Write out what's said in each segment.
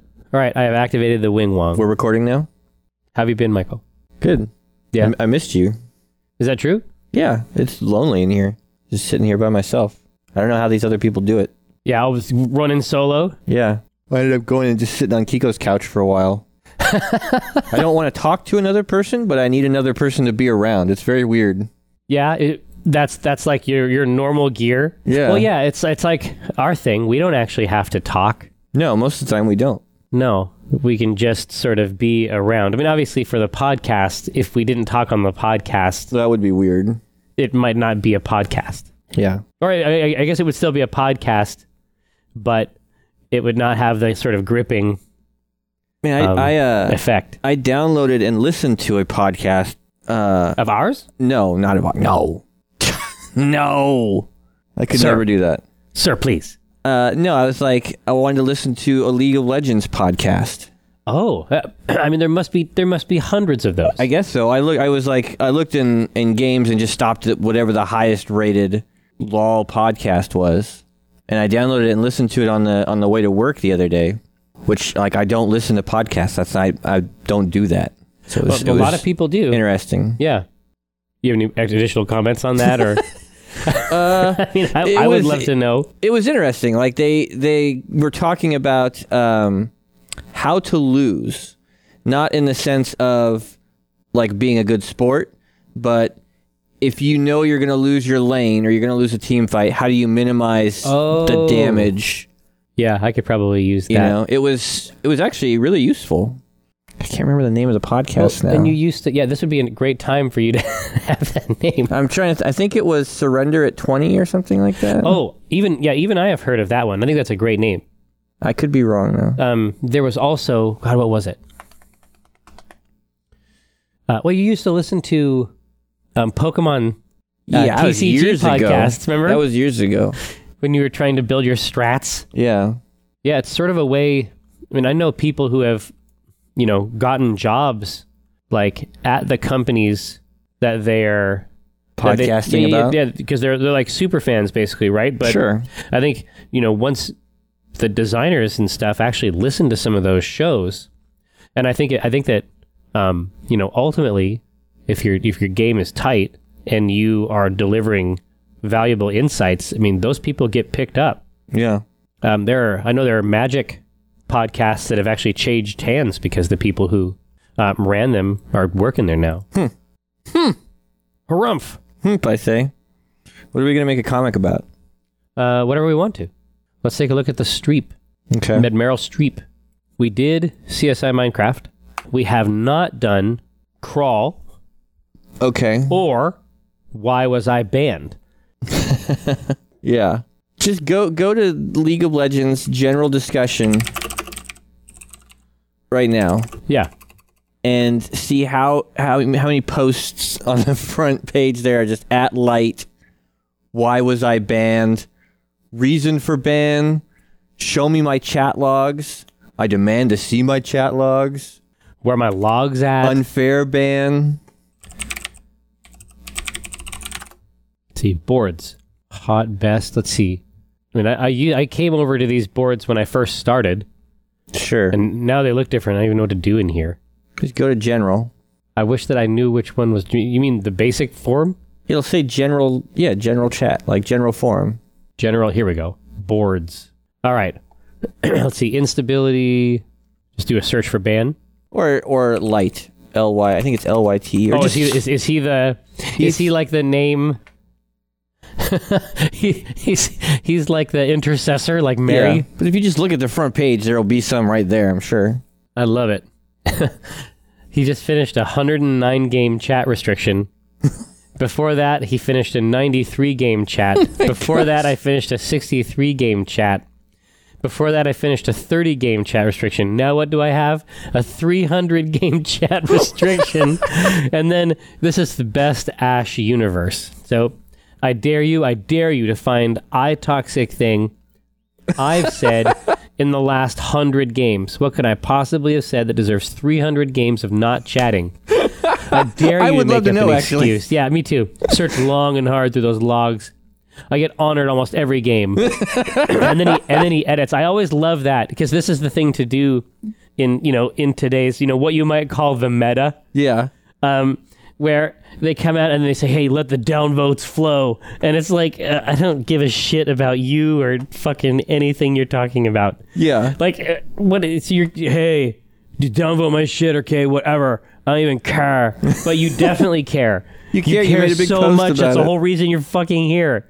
All right, I have activated the wing wong. We're recording now. How have you been, Michael? Oh. Good. Yeah. I, I missed you. Is that true? Yeah, it's lonely in here. Just sitting here by myself. I don't know how these other people do it. Yeah, I was running solo. Yeah. I ended up going and just sitting on Kiko's couch for a while. I don't want to talk to another person, but I need another person to be around. It's very weird. Yeah, it, that's that's like your your normal gear. Yeah. Well, yeah, it's it's like our thing. We don't actually have to talk. No, most of the time we don't. No, we can just sort of be around. I mean, obviously for the podcast, if we didn't talk on the podcast, So that would be weird. it might not be a podcast. Yeah. Or I, I, I guess it would still be a podcast, but it would not have the sort of gripping Man, I Um, I, uh, effect I downloaded and listened to a podcast. Uh, of ours, no, not a podcast. No. no. I could Sir. never do that. sir. Please. Uh, no, I was like, I wanted to listen to a League of Legends podcast. Oh, uh, I mean, there must be there must be hundreds of those. I guess so. I look. I was like, I looked in in games and just stopped at whatever the highest rated LOL podcast was, and I downloaded it and listened to it on the on the way to work the other day. Which like I don't listen to podcasts. That's I I don't do that. So it was, a it lot was of people do. interesting. yeah. You have any additional comments on that, or I mean, I, it I would was- love to know. It was interesting. Like they they were talking about um, how to lose, not in the sense of like being a good sport, but if you know you're going to lose your lane or you're going to lose a team fight, how do you minimize the Oh. damage? Yeah, I could probably use that. You know, it was it was actually really useful. I can't remember the name of the podcast now. And you used to, yeah. This would be a great time for you to have that name. I'm trying to. Th- I think it was surrender at 20 or something like that. Oh, even yeah, even I have heard of that one. I think that's a great name. I could be wrong though. Um, there was also God. What was it? Uh, well, you used to listen to um, Pokemon uh, that was TCG years ago. podcasts, remember? That was years ago. when you were trying to build your strats. Yeah. Yeah, it's sort of a way. I mean, I know people who have, you know, gotten jobs like at the companies that they're that they- Podcasting yeah, yeah, about? yeah, because they're they're like super fans basically, right? But sure. I think you know once the designers and stuff actually listen to some of those shows, and I think I think that um, you know ultimately, if your if your game is tight and you are delivering valuable insights, I mean, those people get picked up. Yeah. Um, there are, I know there are magic podcasts that have actually changed hands because the people who uh, ran them are working there now. Hmm. Hmm. Harumph. Hmm, I say. What are we going to make a comic about? Uh, whatever we want to. Let's take a look at the Streep. Okay. Med Meryl Streep. We did CSI Minecraft. We have not done Crawl okay. or Why Was I Banned? Yeah. Just go go to League of Legends general discussion right now Yeah. and see how how how many posts on the front page there are just at light. Why was I banned? Reason for ban? Show me my chat logs. I demand to see my chat logs. Where are my logs at? Unfair ban. Let's see boards hot best let's see i mean I, I u- I came over to these boards when i first started Sure. and now they look different i don't even know what to do in here Just go to general. i wish that i knew which one was you mean the basic form It'll say general, yeah, general chat, like general forum. general here we go boards all right let's see instability just do a search for ban Or or light, L Y. I think it's L Y T. Or oh is just he is, is he the is he like the name he, he's he's like the intercessor like yeah. mary But if you just look at the front page, there'll be some right there, I'm sure. I love it. he just finished a 109 game chat restriction. Before that, he finished a 93 game chat. Before that, I finished a 63 game chat. Before that, I finished a 30 game chat restriction. Now, what do I have? A 300 game chat restriction. and then this is the best Ash universe. So I dare you, I dare you to find I toxic thing I've said in the last 100 games? What could I possibly have said that deserves 300 games of not chatting? I dare you I would to make love to up know, an actually. excuse. Yeah, me too. Search long and hard through those logs. I get honored almost every game. and then he and then he edits. I always love that because this is the thing to do in you know in today's you know what you might call the meta Yeah. um, where they come out and they say, "Hey, let the downvotes flow," and it's like uh, I don't give a shit about you or fucking anything you're talking about. Yeah. Like, uh, what is your hey? You downvote my shit, okay? Whatever. I don't even care, but you definitely care. You care, you made a big so post much. about that's the it. whole reason you're fucking here.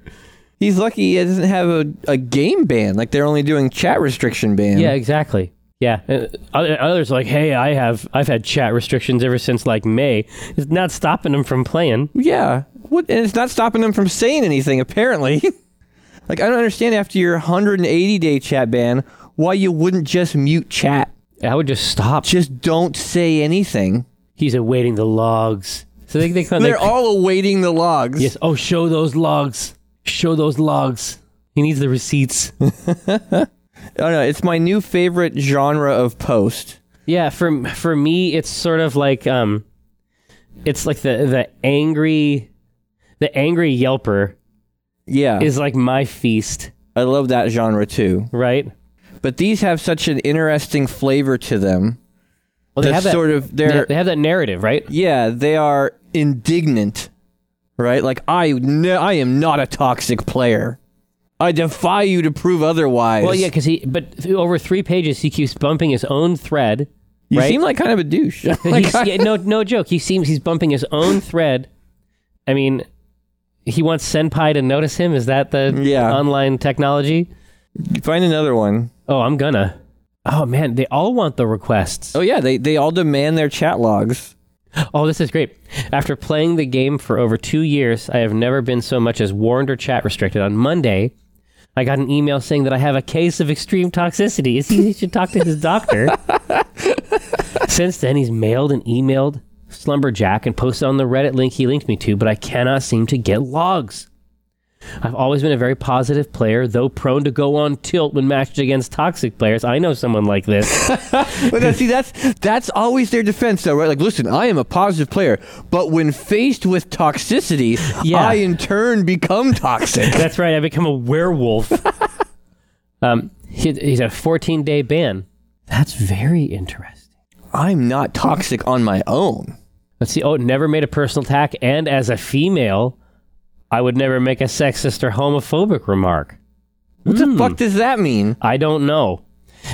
He's lucky he doesn't have a, a game ban. Like they're only doing chat restriction ban. Yeah, exactly. Yeah, Uh, other- others are like, hey, I have I've had chat restrictions ever since like May. It's not stopping them from playing. Yeah. What? And it's not stopping him from saying anything. Apparently. like I don't understand after your 180 day chat ban why you wouldn't just mute chat. I would just stop. Just don't say anything. He's awaiting the logs. So they they come. They're They, all awaiting the logs. yes. Oh, show those logs. Show those logs. He needs the receipts. Oh no, it's my new favorite genre of post. yeah. For for me, it's sort of like um, it's like the the angry, the angry yelper Yeah. is like my feast, I love that genre too. right? But these have such an interesting flavor to them. Well, they that's have that. sort of they their they have that narrative, right? Yeah, they are indignant, right? Like I, no, I am not a toxic player. I defy you to prove otherwise. Well, yeah, because he, but th- over three pages, he keeps bumping his own thread. you right? seem like kind of a douche. He's- yeah, no, no joke. He seems he's bumping his own thread. I mean, he wants senpai to notice him. Is that the Yeah. online technology? Find another one. Oh, I'm gonna. Oh man, they all want the requests. Oh yeah, they they all demand their chat logs. Oh, this is great. After playing the game for over two years, I have never been so much as warned or chat restricted. On Monday, I got an email saying that I have a case of extreme toxicity. Is he, he should talk to his doctor. Since then, he's mailed and emailed Slumberjack and posted on the Reddit link he linked me to, but I cannot seem to get logs. I've always been a very positive player, though prone to go on tilt when matched against toxic players. I know someone like this. But now, see, that's that's always their defense, though, right? Like, listen, I am a positive player, but when faced with toxicity, Yeah. I in turn become toxic. That's right. I become a werewolf. um, he, he's a 14 day ban. That's very interesting. I'm not toxic on my own. Let's see. Oh, never made a personal attack. And as a female, I would never make a sexist or homophobic remark. What Hmm. the fuck does that mean? I don't know.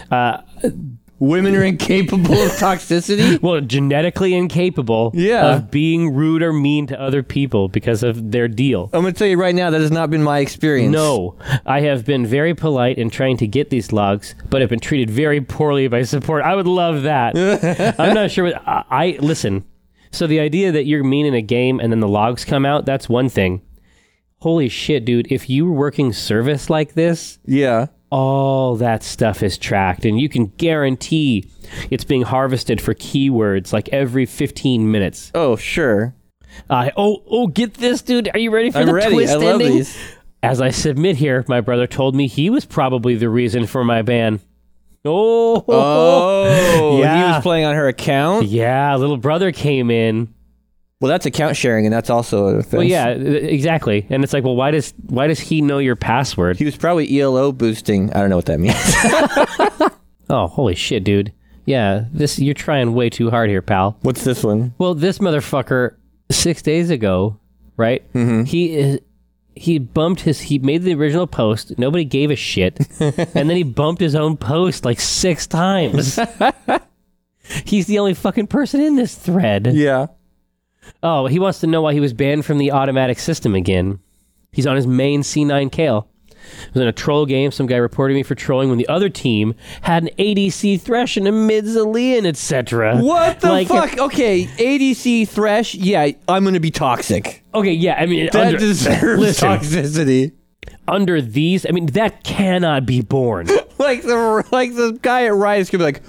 Uh, Women are incapable of toxicity. well, genetically incapable Yeah. of being rude or mean to other people because of their deal. I'm gonna tell you right now that has not been my experience. No, I have been very polite in trying to get these logs, but have been treated very poorly by support. I would love that. I'm not sure. What, I, I listen. So the idea that you're mean in a game and then the logs come out, that's one thing. Holy shit, dude! If you were working service like this, Yeah. all that stuff is tracked, and you can guarantee it's being harvested for keywords like every 15 minutes. Oh sure. Uh, oh, oh, get this, dude! Are you ready for I'm the ready. twist I love ending? these. As I submit here, my brother told me he was probably the reason for my ban. Oh, Oh, he Yeah. was playing on her account. yeah, little brother came in. Well, that's account sharing, and that's also a offense. Well, yeah, th- exactly. And it's like, well, why does why does he know your password? He was probably ELO boosting. I don't know what that means. Oh, holy shit, dude. Yeah, this you're trying way too hard here, pal. What's this one? Well, this motherfucker six days ago, right? Mm-hmm. He is. He bumped his. He made the original post. Nobody gave a shit, and then he bumped his own post like six times. He's the only fucking person in this thread. Yeah. Oh, he wants to know why he was banned from the automatic system again. He's on his main C9 Kale. It was in a troll game. Some guy reported me for trolling when the other team had an ADC Thresh and a mid Zillion, etc. What the Like, fuck? Okay, ADC Thresh. Yeah, I'm gonna be toxic. Okay, yeah. I mean, That under- deserves listen. toxicity. under these, I mean, that cannot be borne. Like the like the guy at Riot's gonna be like,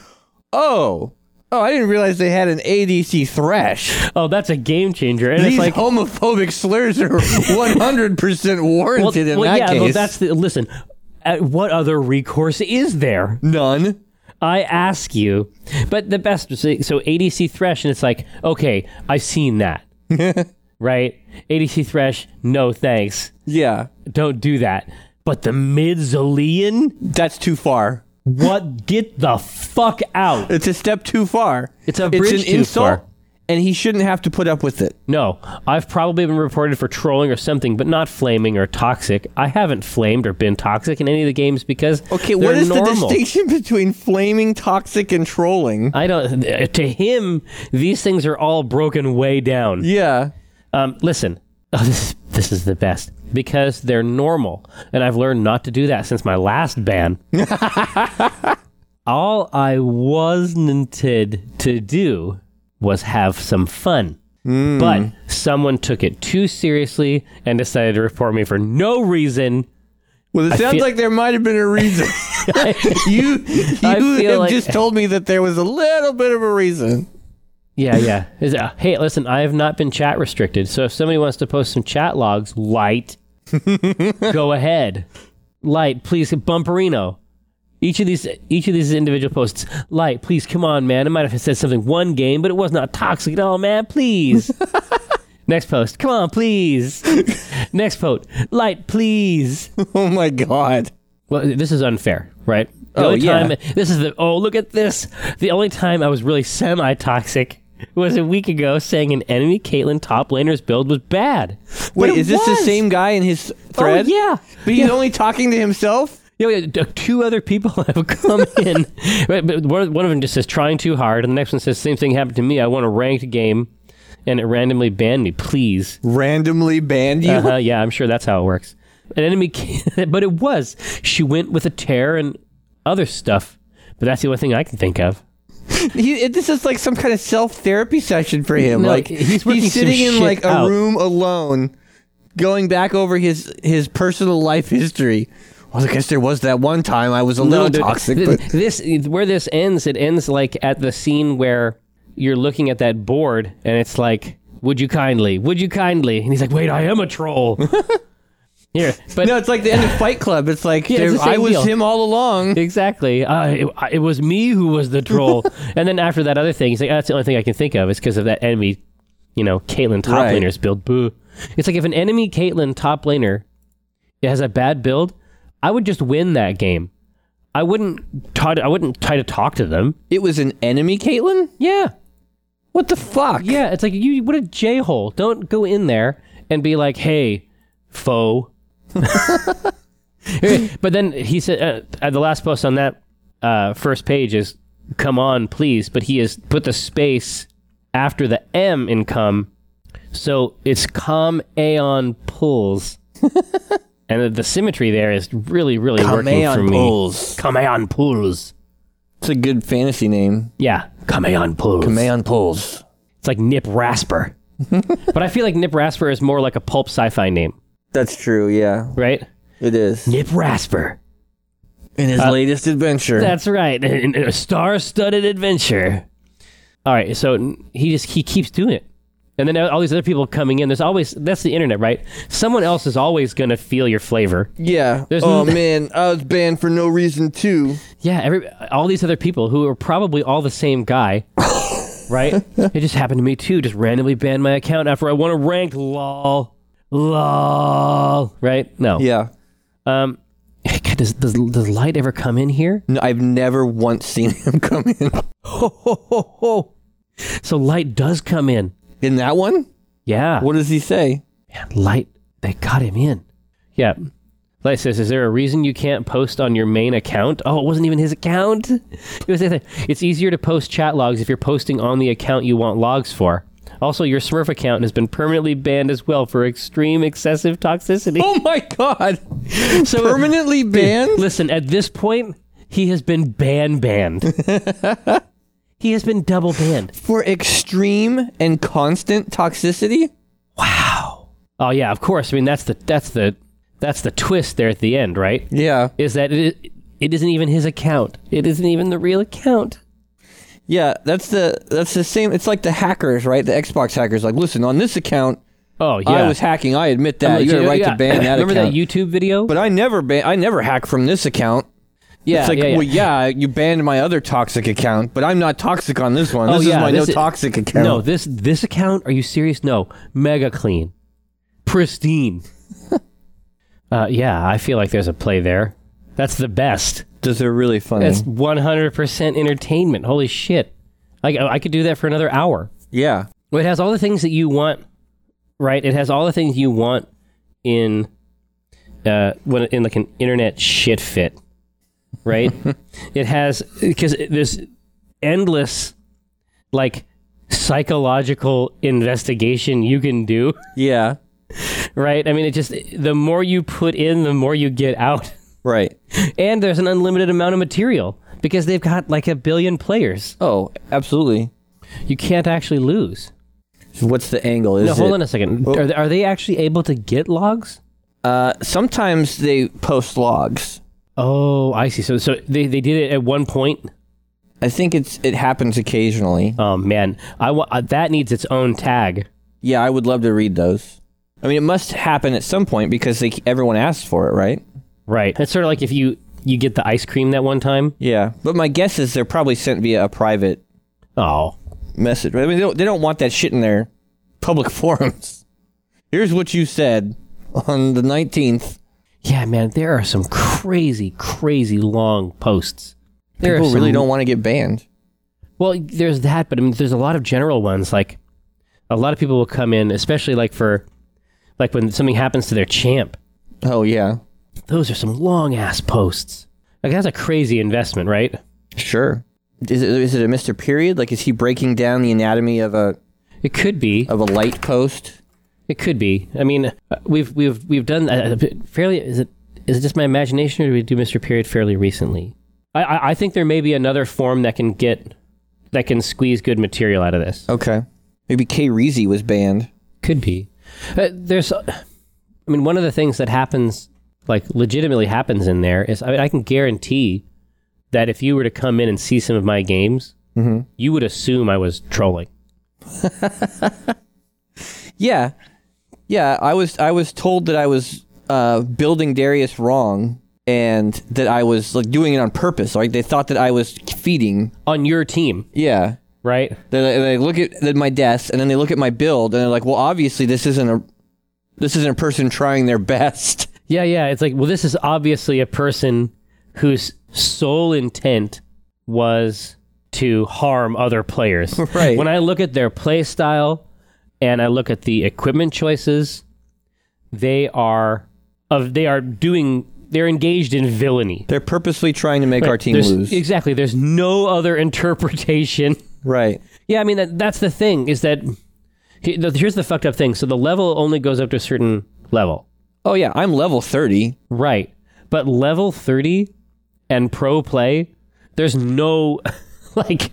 oh, oh, I didn't realize they had an ADC Thresh. oh, that's a game changer. And These it's like, homophobic slurs are 100% warranted in well, that yeah, case. well, that's the listen. Uh, what other recourse is there? None. I ask you. But the best, so so ADC Thresh, and it's like, okay, I've seen that, right? ADC Thresh, no thanks, Yeah. don't do that. But the mid Zillion, That's too far. What? Get the fuck out. It's a step too far. It's a bridge an too insult, far. and he shouldn't have to put up with it. No, I've probably been reported for trolling or something, but not flaming or toxic. I haven't flamed or been toxic in any of the games because Okay, they're what is normal. the distinction between flaming toxic and trolling? I don't. To him, these things are all broken way down. yeah. Um, listen, oh, this is, this is the best because they're normal, and I've learned not to do that since my last ban. All I wanted to do was have some fun. But someone took it too seriously and decided to report me for no reason. Well, it sounds feel- like there might have been a reason. you you I feel have like- just told me that there was a little bit of a reason. Yeah, yeah. Is it- hey, listen, I have not been chat restricted. So if somebody wants to post some chat logs, light, go ahead. Light, please, Bumperino. Each of these, each of these individual posts, light, please, come on, man. I might have said something one game, but it was not toxic at all, man. Please. Next post, come on, please. Next post, light, please. Oh my god. Well, this is unfair, right? The Oh, only yeah. time this is the oh look at this. The only time I was really semi toxic was a week ago saying an enemy Caitlyn top laner's build was bad. But Wait, it is this the was. same guy in his thread? Oh yeah. But he's only talking to himself? Yeah, yeah, d- two other people have come in. Right, but one, one of them just says trying too hard, and the next one says same thing happened to me. I won a ranked game, and it randomly banned me. Please, Randomly banned you? Uh-huh, yeah, I'm sure that's how it works. An enemy, ca- but it was. She went with a tear and other stuff, but that's the only thing I can think of. He, this is like some kind of self therapy session for him. No, like he's working some sitting in shit like a out. room alone, going back over his his personal life history. Well, I guess there was that one time I was a little dude, toxic, th- but This where this ends. It ends like at the scene where you're looking at that board, and it's like, "Would you kindly? Would you kindly?" And he's like, "Wait, I am a troll." Here, but no, it's like the end of Fight Club. It's like Yeah, it's there- the same I was deal. him all along. Exactly. Uh, it, I- it was me who was the troll. and then after that other thing, he's like, "Ah, that's the only thing I can think of is because of that enemy, you know, Caitlyn top Right. laner's build. Boo. It's like if an enemy Caitlyn top laner has a bad build, I would just win that game. I wouldn't try to, I wouldn't try to talk to them. It was an enemy, Caitlin. Yeah. What the fuck? Yeah. It's like, you, what a J hole. Don't go in there and be like, hey, foe. but then he said uh, uh, the last post on that uh, first page is "Come on, please," but he has put the space after the M in "come," so it's "Come Aeon pulls," and the symmetry there is really, really working for Kameon me. Pulls. Come Aeon pulls. It's a good fantasy name. Yeah, come Aeon pulls. Kameon Pulls. It's like Nip Rasper, but I feel like Nip Rasper is more like a pulp sci-fi name, That's true. Yeah, right? it is. Nip Rasper. In his latest adventure. That's right. In a star-studded adventure. All right, so n- he just he keeps doing it. And then all these other people coming in, there's always that's the internet, right? Someone else is always going to feel your flavor. yeah. There's oh n- man, I was banned for no reason too. Yeah, every all these other people who are probably all the same guy. right? It just happened to me too. Just randomly banned my account after I won a rank lol. Lol. Right? No. Yeah. Um God, does, does does light ever come in here? No, I've never once seen him come in. So light does come in. In that one? Yeah. What does he say? Light, they got him in. Yeah. Light says, "Is there a reason you can't post on your main account?" Oh, it wasn't even his account. It was. It's easier to post chat logs if you're posting on the account you want logs for. Also, your Smurf account has been permanently banned as well for extreme excessive toxicity. Oh my god. so Permanently banned? Listen, at this point, he has been ban banned. he has been double banned. For extreme and constant toxicity? Oh yeah, of course. I mean, that's the that's the that's the twist there at the end, right? Yeah. is that it, it isn't even his account. It isn't even the real account. Yeah, that's the that's the same it's like the hackers, right? The Xbox hackers like, "Listen, on this account, Oh yeah, I was hacking. I admit that. Yeah, you had a right yeah. to ban that Remember account." that YouTube video? but I never ban I never hack from this account. yeah, it's like, yeah, yeah. well, yeah, you banned my other toxic account, but I'm not toxic on this one. Oh, this yeah, is my this no is- toxic account. No, this this account. Are you serious? No, mega clean, pristine. uh, yeah, I feel like there's a play there. That's the best. Those are really funny. That's 100% entertainment. Holy shit. Like, I I could do that for another hour. yeah. Well, it has all the things that you want, right? It has all the things you want in uh, when in like an internet shit fit, right? it has because there's endless like psychological investigation you can do, Yeah. right? I mean, it just the more you put in, the more you get out, Right. and there's an unlimited amount of material because they've got like a billion players. Oh, absolutely. You can't actually lose. What's the angle? Is No, hold it- on a second. Are, they- are they actually able to get logs? Uh, sometimes they post logs. Oh, I see. So, so they, they did it at one point. I think it's it happens occasionally. Oh man, I wa- uh, that needs its own tag. Yeah, I would love to read those. I mean, it must happen at some point because they, everyone asks for it, right? Right. It's sort of like if you you get the ice cream that one time. Yeah, but my guess is they're probably sent via a private Oh, message. I mean, they don't, they don't want that shit in their public forums. Here's what you said on the 19th. yeah, man. There are some crazy, crazy long posts. There are People really some- don't want to get banned. Well, there's that, but I mean, there's a lot of general ones. Like, a lot of people will come in, especially like for, like when something happens to their champ. Oh yeah, Those are some long ass posts. Like that's a crazy investment, right? sure. Is it is it a Mr. Period? Like, is he breaking down the anatomy of a It could be. of a light post? It could be. I mean, uh, we've we've we've done uh, fairly. Is it is it just my imagination, or did we do Mister Period fairly recently? I, I I think there may be another form that can get that can squeeze good material out of this. Okay, maybe K. Reezy was banned. Could be. Uh, there's. uh, I mean, one of the things that happens, like legitimately happens in there, is I mean, I can guarantee that if you were to come in and see some of my games, you would assume I was trolling. Yeah, yeah. I was I was told that I was uh, building Darius wrong and that I was like doing it on purpose. Like they thought that I was feeding. on your team, Yeah. right? Then they, they look at at my desk and then they look at my build and they're like, well, obviously this isn't a this isn't a person trying their best. Yeah, yeah. It's like, well, this is obviously a person whose sole intent was to harm other players. Right. When I look at their play style and I look at the equipment choices, they are of they are doing they're engaged in villainy. They're purposely trying to make our team There's- e lose. Exactly. There's no other interpretation. right. Yeah, I mean that, that's the thing is that he- the- here's the fucked up thing. So the level only goes up to a certain level. Oh yeah, I'm level thirty. Right. But level 30 and pro play, there's no like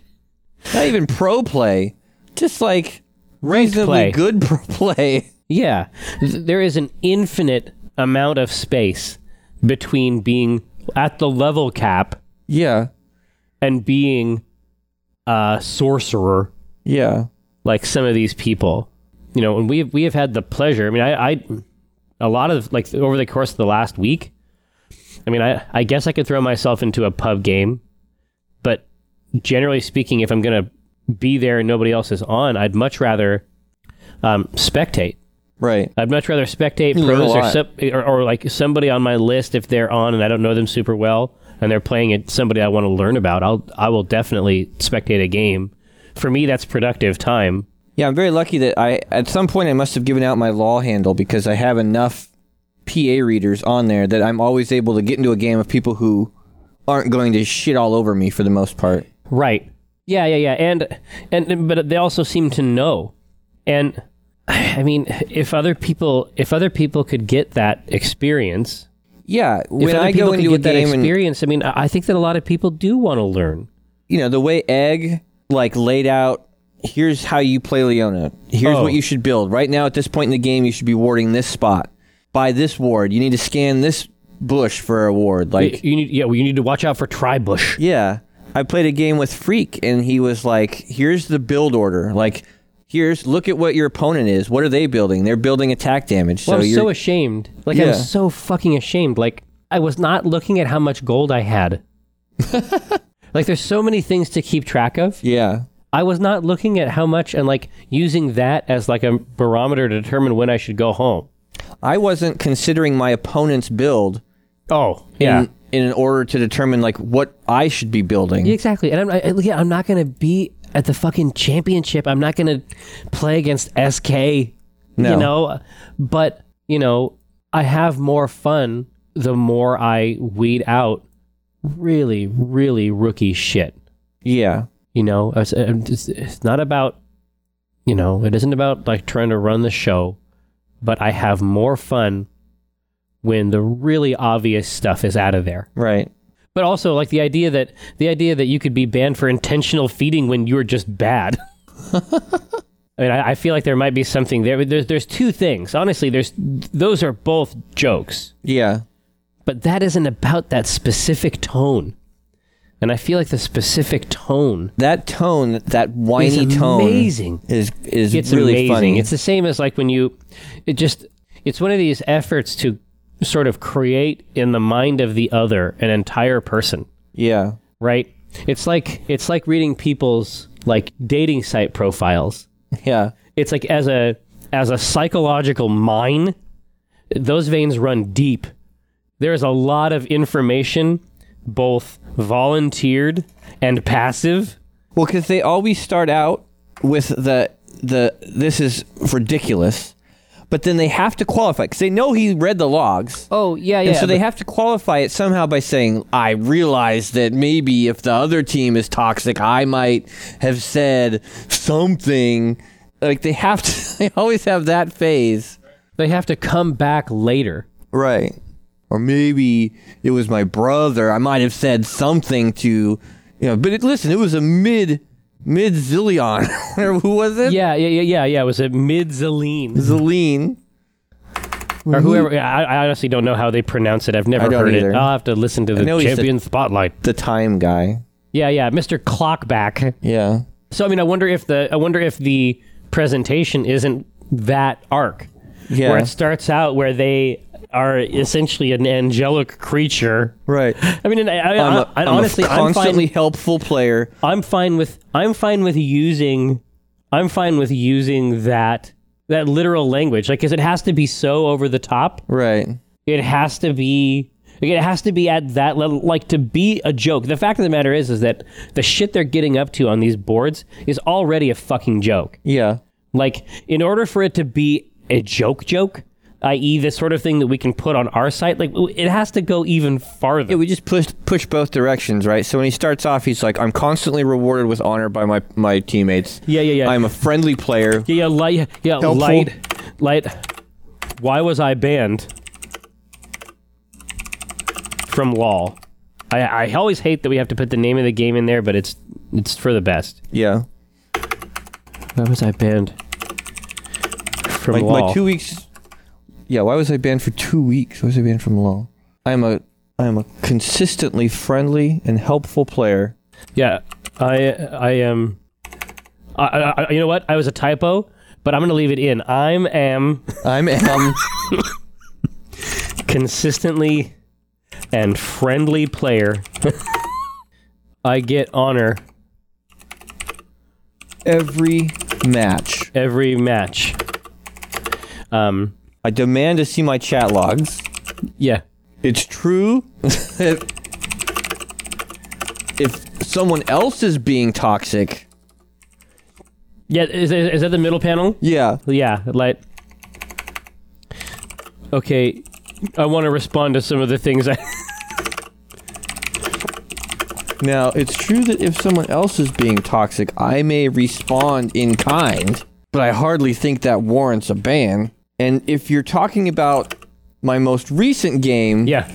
Not even pro play, just like play. reasonably good pro play. yeah, th- there is an infinite amount of space between being at the level cap Yeah. and being a sorcerer Yeah. like some of these people. You know, and we have, we have had the pleasure. I mean, I, I a lot of like over the course of the last week. I mean, I I guess I could throw myself into a pub game, but generally speaking, if I'm gonna be there and nobody else is on, I'd much rather um, spectate. Right. I'd much rather spectate learn a pros or, lot. some, or or like somebody on my list if they're on and I don't know them super well and they're playing it somebody I want to learn about. I'll I will definitely spectate a game. For me, that's productive time. Yeah, I'm very lucky that I at some point I must have given out my law handle because I have enough PA readers on there that I'm always able to get into a game of people who aren't going to shit all over me for the most part. Right. Yeah, yeah, yeah. And and but they also seem to know. And I mean, if other people if other people could get that experience, Yeah, if when other I people go could into a get that game and experience, I mean, I I think that a lot of people do want to learn. you know the way Egg like laid out. Here's how you play Leona. Here's Oh. what you should build. Right now, at this point in the game, you should be warding this spot. By this ward, you need to scan this bush for a ward. Like you need yeah, well, you need to watch out for tribush. Yeah. I played a game with Freak and he was like, here's the build order. Like, here's look at what your opponent is. What are they building? They're building attack damage. Well, so I'm you're so ashamed. Like Yeah. I'm so fucking ashamed. Like I was not looking at how much gold I had. like there's so many things to keep track of. Yeah. I was not looking at how much and like using that as like a barometer to determine when I should go home. I wasn't considering my opponent's build Oh, in, yeah. in order to determine like what I should be building. Yeah, exactly. And I'm I, yeah, I'm not gonna be at the fucking championship. I'm not gonna play against SK. No. You know, but you know, I have more fun the more I weed out really, really rookie shit. Yeah. You know, uh, it's, um, it's, it's not about, you know, it isn't about like trying to run the show, but I have more fun when the really obvious stuff is out of there. Right. But also, like the idea that the idea that you could be banned for intentional feeding when you were just bad. I mean, I, I feel like there might be something there. There's there's two things. Honestly, there's those are both jokes, Yeah. but that isn't about that specific tone. And I feel like the specific tone That tone, that whiny It's tone, amazing. is is it's really amazing. funny. It's the same as like when you, it just it's one of these efforts to sort of create in the mind of the other an entire person. yeah. right? It's like it's like reading people's like dating site profiles. Yeah. It's like as a as a psychological mine, those veins run deep. There is a lot of information, both volunteered and passive. Well, because they always start out with the the this is ridiculous, but then they have to qualify because they know he read the logs. Oh yeah, And so they have to qualify it somehow by saying, I realize that maybe if the other team is toxic, I might have said something. Like they have to, they always have that phase. they have to come back later. Right. Or maybe it was my brother. I might have said something to, you know, but it, listen, it was a mid, mid zillion. Or Who was it? Yeah, yeah, yeah, yeah, yeah. It was a mid Zaline Zillion. or whoever. I, I honestly don't know how they pronounce it. I've never Mm-hmm. I don't heard either. it. I'll have to listen to the know he said- champion spotlight. The time guy. Yeah, yeah, Mr. Clockback. Yeah. So I mean, I wonder if the I wonder if the presentation isn't that arc Yeah. where it starts out where they are essentially an angelic creature. right. I mean, and I, I, I'm, a, I- I'm a honestly, I'm constantly fine. helpful player. I'm fine with I'm fine with using I'm fine with using that that literal language, like because it has to be so over the top. Right. It has to be. like, It has to be at that level, like to be a joke. The fact of the matter is, is that the shit they're getting up to on these boards is already a fucking joke. Yeah. Like, in order for it to be a joke joke, i.e., the sort of thing that we can put on our site, like w- it has to go even farther. Yeah, we just push push both directions, right? So when he starts off, he's like, "I'm constantly rewarded with honor by my my teammates. Yeah, yeah, yeah. I'm a friendly player. yeah, yeah, light, yeah, Helpful. light, light. Why was I banned from LOL? I, I always hate that we have to put the name of the game in there, but it's it's for the best. Yeah, Why was I banned from like LOL? my two weeks. Yeah, why was I banned for two weeks? Why was I banned from LOL? I'm a I'm a consistently friendly and helpful player. Yeah, I I am. I, I, I- you know what? I was a typo, but I'm gonna leave it in. I'm am I'm am consistently and friendly player. I get honor every match. every match. Um. I demand to see my chat logs. Yeah. It's true. if, if someone else is being toxic, Yeah. Is, is is that the middle panel? yeah, Yeah. Like. Okay. I want to respond to some of the things I. Now, it's true that if someone else is being toxic, I may respond in kind, but I hardly think that warrants a ban. And if you're talking about my most recent game, Yeah.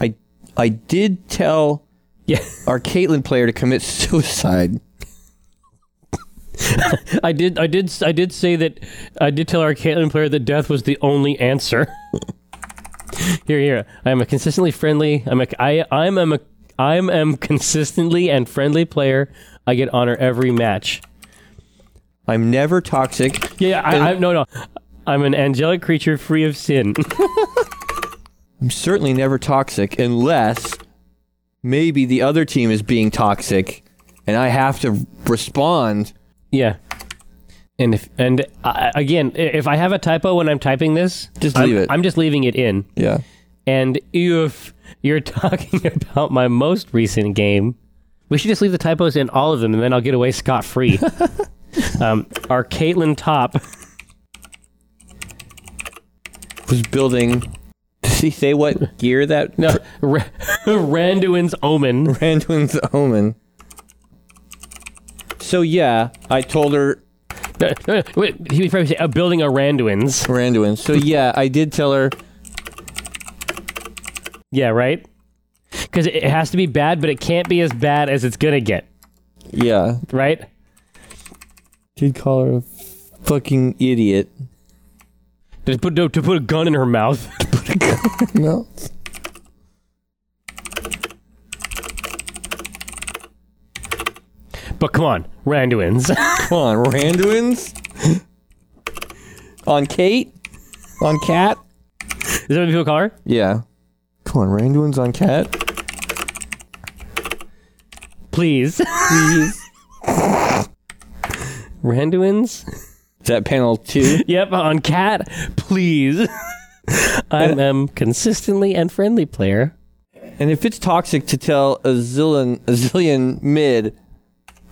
I I did tell Yeah. our Caitlyn player to commit suicide. I did, I did, I did say that. I did tell our Caitlyn player that death was the only answer. here, here. I am a consistently friendly. I'm a. I, I'm a. I'm am consistently and friendly player. I get honor every match. I'm never toxic. Yeah, I, I no no. I'm an angelic creature free of sin. I'm certainly never toxic unless maybe the other team is being toxic and I have to respond. yeah. And if and uh, again, i- if I have a typo when I'm typing this, Just I'm- leave it. I'm just leaving it in. Yeah. And if you're talking about my most recent game, we should just leave the typos in all of them, and then I'll get away scot free. um, our Caitlin Top was building. Does he say what gear that? No, Ra- Randuin's Omen. Randuin's omen. So yeah, I told her No, no, no, Wait, he would probably say uh, building a Randuin's. Randuin. So yeah, I did tell her. Yeah, right. Because it, it has to be bad, but it can't be as bad as it's gonna get, Yeah, right? did call her a fucking idiot. To put to, to put a gun in her mouth. No. But come on, Randuin's. Come on, Randuin's on Kate, on Cat. Is that what people call her? Yeah. Come on, Randuin's on Cat. Please, Please. Randuin's. Is that panel two? Yep, on cat. Please. I am consistently and friendly player. And if it's toxic to tell a zillion, a zillion mid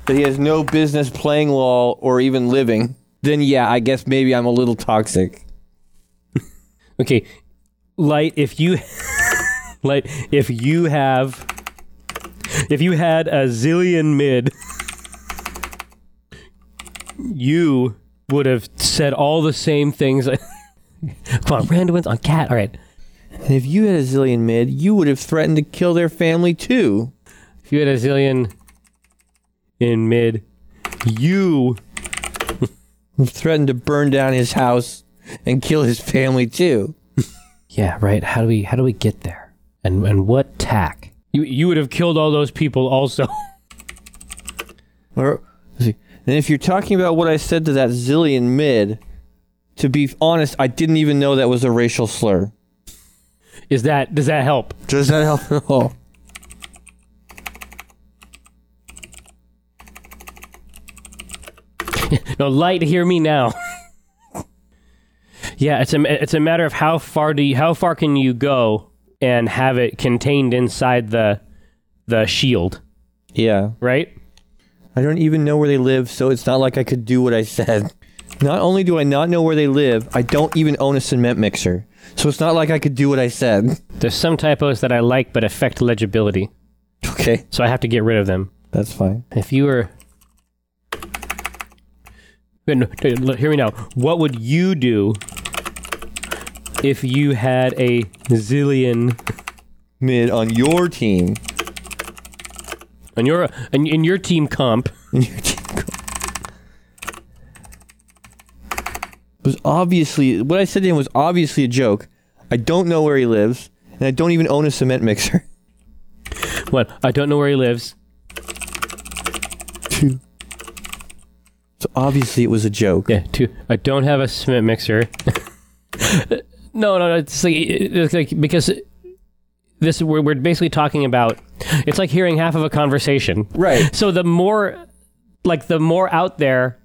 that he has no business playing LOL or even living, then yeah, I guess maybe I'm a little toxic. Okay, light. If you, light. If you have, if you had a zillion mid, you would have said all the same things. Come on, Randuin's on cat. All right. And if you had a zillion mid, you would have threatened to kill their family too. If you had a zillion in mid, you Threatened to burn down his house and kill his family too. Yeah, right. How do we how do we get there? And and what tack? You you would have killed all those people also. Or, let's see. and if you're talking about what I said to that zillion mid, to be honest, I didn't even know that was a racial slur. Is that does that help? Does that help at all? No, light, hear me now. yeah, it's a it's a matter of how far do you, how far can you go and have it contained inside the the shield, Yeah. right? I don't even know where they live, so it's not like I could do what I said. Not only do I not know where they live, I don't even own a cement mixer. So it's not like I could do what I said. There's some typos that I like but affect legibility, Okay, so I have to get rid of them. that's fine. If you were Wait, no, no, look, hear me now. What would you do if you had a zillion Mid on your team. on your in, in your team comp? In your team. was obviously what I said to him was obviously a joke. I don't know where he lives, and I don't even own a cement mixer. What? I don't know where he lives. Two. So obviously it was a joke. Yeah, two. I don't have a cement mixer. no, no, no. It's like, it's like because this we're, we're basically talking about. It's like hearing half of a conversation. Right. So the more, like the more out there,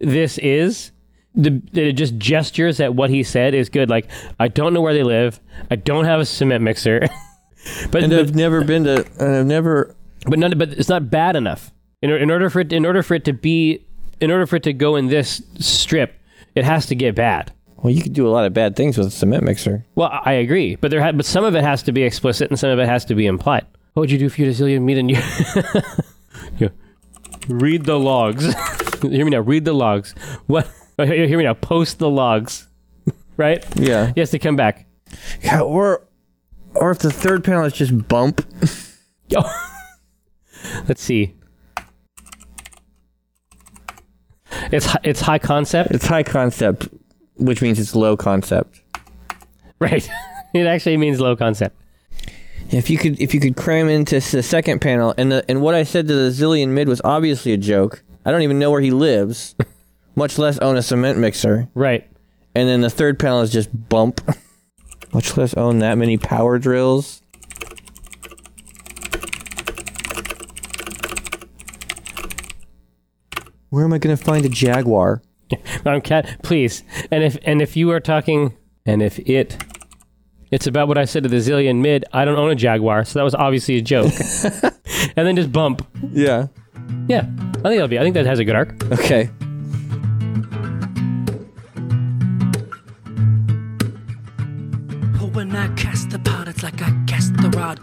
this is. The, the just gestures at what he said is good. Like I don't know where they live. I don't have a cement mixer, but And but- I've never been to and I've never but none. But it's not bad enough. In, or- in order for it, in order for it to be, in order for it to go in this strip, it has to get bad. well you could do a lot of bad things with a cement mixer. Well, I I agree, but there, ha- but some of it has to be explicit and some of it has to be implied. What would you do if you had a zillion meat in you? Yeah. Read the logs. hear me now. Read the logs. What? oh, he- Hear me now. Post the logs. right? Yeah. Yes, to come back. Yeah, or or if the third panel is just bump. Yo. Let's see. It's hi- it's high concept, It's high concept, which means it's low concept. right? it actually means low concept. If you could if you could cram into s- the second panel and the, and what I said to the zillion mid was obviously a joke. I don't even know where he lives, much less own a cement mixer. Right. And then the third panel is just bump. Much less own that many power drills. Where am I gonna find a jaguar? Um, cat, please. And if and if you are talking, and if it It's about what I said to the zillion mid. I don't own a Jaguar, so that was obviously a joke. and then just bump. Yeah. Yeah, I think that'll be. I think that has a good arc. Okay. But when I cast the pot, it's like I cast the rod,